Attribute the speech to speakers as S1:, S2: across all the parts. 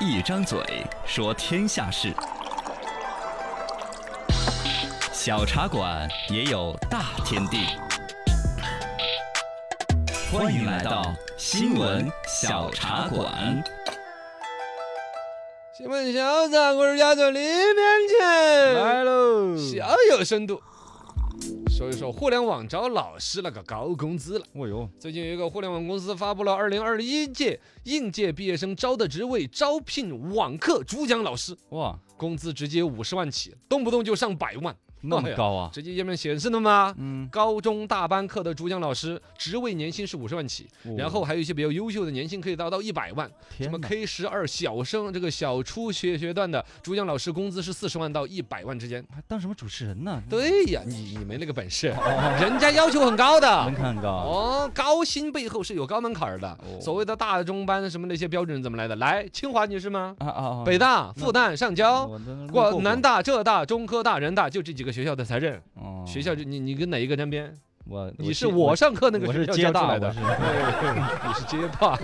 S1: 一张嘴说天下事，小茶馆也有大天地。欢迎来到新闻小茶馆。
S2: 请问小掌柜家嘴里面去，
S3: 来喽！
S2: 小有深度。说一说互联网招老师那个高工资了。
S3: 哦哟，
S2: 最近有一个互联网公司发布了二零二一届应届毕业生招的职位招聘网课主讲老师，
S3: 哇，
S2: 工资直接五十万起，动不动就上百万，
S3: 那么高啊！
S2: 直接页面显示的吗？
S3: 嗯，
S2: 高中大班课的主讲老师职位年薪是五十万起，
S3: 哦
S2: 然后还有一些比较优秀的年薪可以达到一百万，
S3: 天
S2: 什么
S3: 哪
S2: K 十二小升这个小初学学段的主讲老师工资是四十万到一百万之间。
S3: 还当什么主持人呢？哦
S2: 对呀，你你没那个本事，人家要求很高的
S3: 门。槛很高啊。
S2: 哦，高薪背后是有高门槛儿的。
S3: 哦
S2: 所谓的大中班什么那些标准怎么来的？来，清华你是吗？
S3: 啊啊啊！
S2: 北大、复旦、上交、
S3: 我在那路过
S2: 过南大、浙大、中科大、人大，就这几个学校的才认。
S3: 哦
S2: 学校就你你跟哪一个沾边？
S3: 我
S2: 你是
S3: 接
S2: 我上课那个
S3: 我
S2: 学
S3: 是
S2: 校
S3: 接
S2: 教出
S3: 大
S2: 来
S3: 我，
S2: 的
S3: 是
S2: 你是街霸。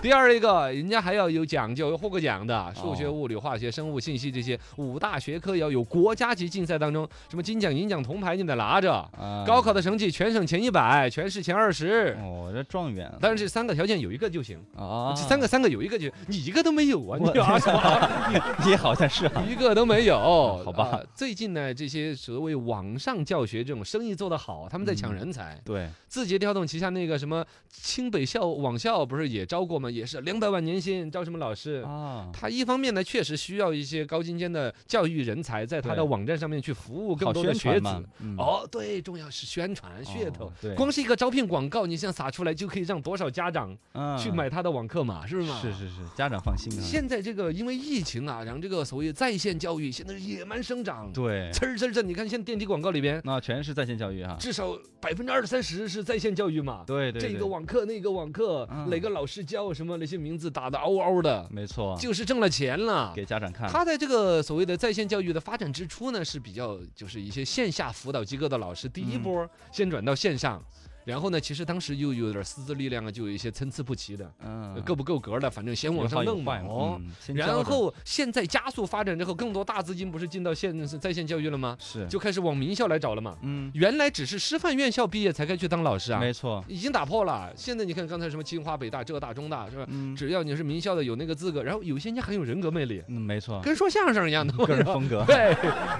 S2: 第二一个，人家还要有讲究，要获过奖的，数学、
S3: 哦
S2: 物理、化学、生物、信息这些五大学科要有国家级竞赛当中，什么金奖、银奖、铜牌你得拿着。
S3: 啊
S2: 高考的成绩全省前一百，全市前二十。
S3: 哦，我这状元
S2: 但是这三个条件有一个就行，
S3: 啊，
S2: 这三个三个有一个就，你一个都没有啊！你
S3: 我
S2: 啊什么啊
S3: 也好像是啊。
S2: 一个都没有，好
S3: 吧
S2: 最近呢，这些所谓网上教学这种生意做得好，他们在抢
S3: 嗯
S2: 人才。
S3: 对，
S2: 字节跳动旗下那个什么清北校网校不是也招过吗？也是两百万年薪招什么老师？
S3: 啊，
S2: 他一方面呢，确实需要一些高精尖的教育人才，在他的
S3: 对
S2: 网站上面去服务更
S3: 好
S2: 多的
S3: 宣
S2: 学
S3: 传
S2: 子
S3: 嘛。。嗯，
S2: 哦，对，重要是宣传噱头
S3: 哦。对
S2: 光是一个招聘广告，你想撒出来，就可以让多少家长
S3: 嗯
S2: 去买他的网课嘛，是吗？
S3: 是。是是，家长放心啊。
S2: 现在这个因为疫情啊，然后这个所谓在线教育现在是野蛮生长，
S3: 对，
S2: 呲儿呲儿呲儿。你看现在电梯广告里边，
S3: 那全是在线教育哈。
S2: 至少百分之二三十是在线教育嘛。
S3: 对对，
S2: 这
S3: 对
S2: 个网课那个网课，
S3: 嗯
S2: 哪个老师教什么那些名字打的嗷嗷的，
S3: 没错，
S2: 就是挣了钱了。
S3: 嗯给家长看。
S2: 他在这个所谓的在线教育的发展之初呢，是比较就是一些线下辅导机构的老师第一
S3: 嗯
S2: 波先转到线上，然后呢，其实当时又有点师资力量啊，就有一些参差不齐的，
S3: 嗯，
S2: 够不够格的，反正先往
S3: 有好
S2: 上
S3: 有
S2: 弄嘛
S3: 坏。嘛
S2: 哦，
S3: 嗯先教
S2: 然
S3: 着
S2: 后现在加速发展之后，更多大资金不是进到线在线教育了吗？
S3: 是
S2: 就开始往名校来找了嘛。
S3: 嗯，
S2: 原来只是师范院校毕业才该去当老师啊，
S3: 没错，
S2: 已经打破了。现在你看刚才什么清华、北大、浙大、中大是吧？
S3: 嗯，
S2: 只要你是名校的，有那个资格，然后有些人家很有人格魅力，
S3: 嗯没错，
S2: 跟说相声 一样的。
S3: 个人风 格
S2: 对，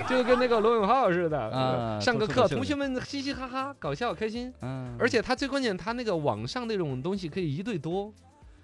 S2: 就跟那个罗永浩似的，
S3: 啊
S2: 上个
S3: 脱
S2: 课
S3: 口秀
S2: 同学们嘻嘻哈哈，搞笑开心。
S3: 嗯，
S2: 而且他最关键，他那个网上那种东西可以一对多，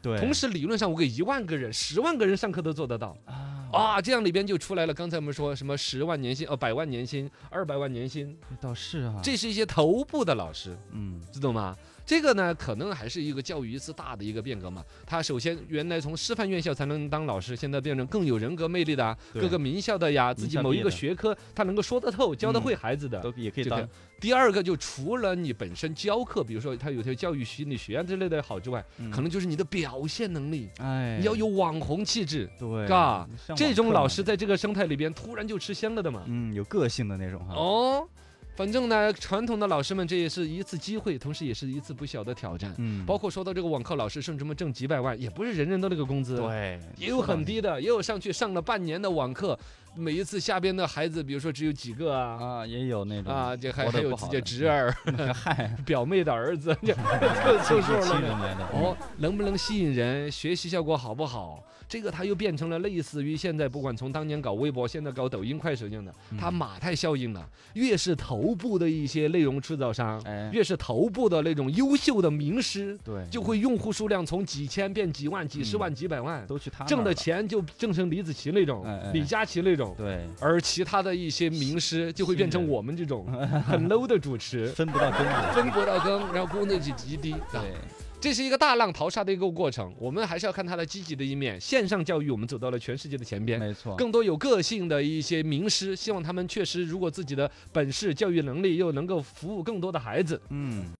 S3: 对，
S2: 同时理论上我给一万个人、十万个人上课都做得到
S3: 啊，
S2: 啊！这样里边就出来了，刚才我们说什么十万年薪、呃百万年薪、二百万年薪，
S3: 倒是啊，
S2: 这是一些头部的老师。
S3: 嗯
S2: 知道吗？这个呢，可能还是一个教育一次大的一个变革嘛。他首先原来从师范院校才能当老师，现在变成更有人格魅力的、啊，
S3: 对
S2: 各个名校的呀，自己某一个学科他能够说得透、教得会孩子的。
S3: 嗯都也可以
S2: 这个
S3: 当
S2: 第二个就除了你本身教课，比如说他有些教育心理学啊之类的好之外，
S3: 嗯
S2: 可能就是你的表现能力，
S3: 哎，
S2: 你要有网红气质。
S3: 对
S2: 嘎，
S3: 你上网
S2: 这种
S3: 课
S2: 老
S3: 嘛
S2: 师在这个生态里边突然就吃香了的嘛。
S3: 嗯有个性的那种哈，
S2: 哦，反正呢，传统的老师们这也是一次机会，同时也是一次不小的挑战。
S3: 嗯，
S2: 包括说到这个网课老师，甚至们挣几百万，也不是人人都那个工资，
S3: 对
S2: 也有很低的，也有上去上了半年的网课，每一次下边的孩子，比如说只有几个啊。
S3: 啊，也有那种
S2: 啊，这还
S3: 活得
S2: 还有
S3: 不
S2: 自
S3: 好
S2: 己
S3: 的
S2: 的
S3: 嗯
S2: 侄儿、
S3: 嗨，
S2: 表妹的儿子， 就就凑数
S3: 亲人
S2: 了。
S3: 来的
S2: 哦，能不能吸引人？学习效果好不好？这个它又变成了类似于现在，不管从当年搞微博，现在搞抖音、快手一样的，
S3: 嗯
S2: 它马太效应了。越是头部的一些内容制造商，
S3: 哎
S2: 越是头部的那种优秀的名师，
S3: 对
S2: 就会用户数量从几千变几万、几十万、几百万，
S3: 嗯都去他那
S2: 挣
S3: 儿
S2: 的
S3: 了
S2: 钱就挣成李子柒那种
S3: 哎哎、
S2: 李佳琦那种，
S3: 对
S2: 而其他的一些名师就会变成我们这种很 low 的 主持，
S3: 分不到根了，
S2: 分不到羹，然后工资就极低。啊，
S3: 对
S2: 这是一个大浪淘沙的一个过程，我们还是要看它的积极的一面。线上教育我们走到了全世界的前边。
S3: 没错，
S2: 更多有个性的一些名师，希望他们确实如果自己的本事、教育能力又能够服务更多的孩子，
S3: 嗯。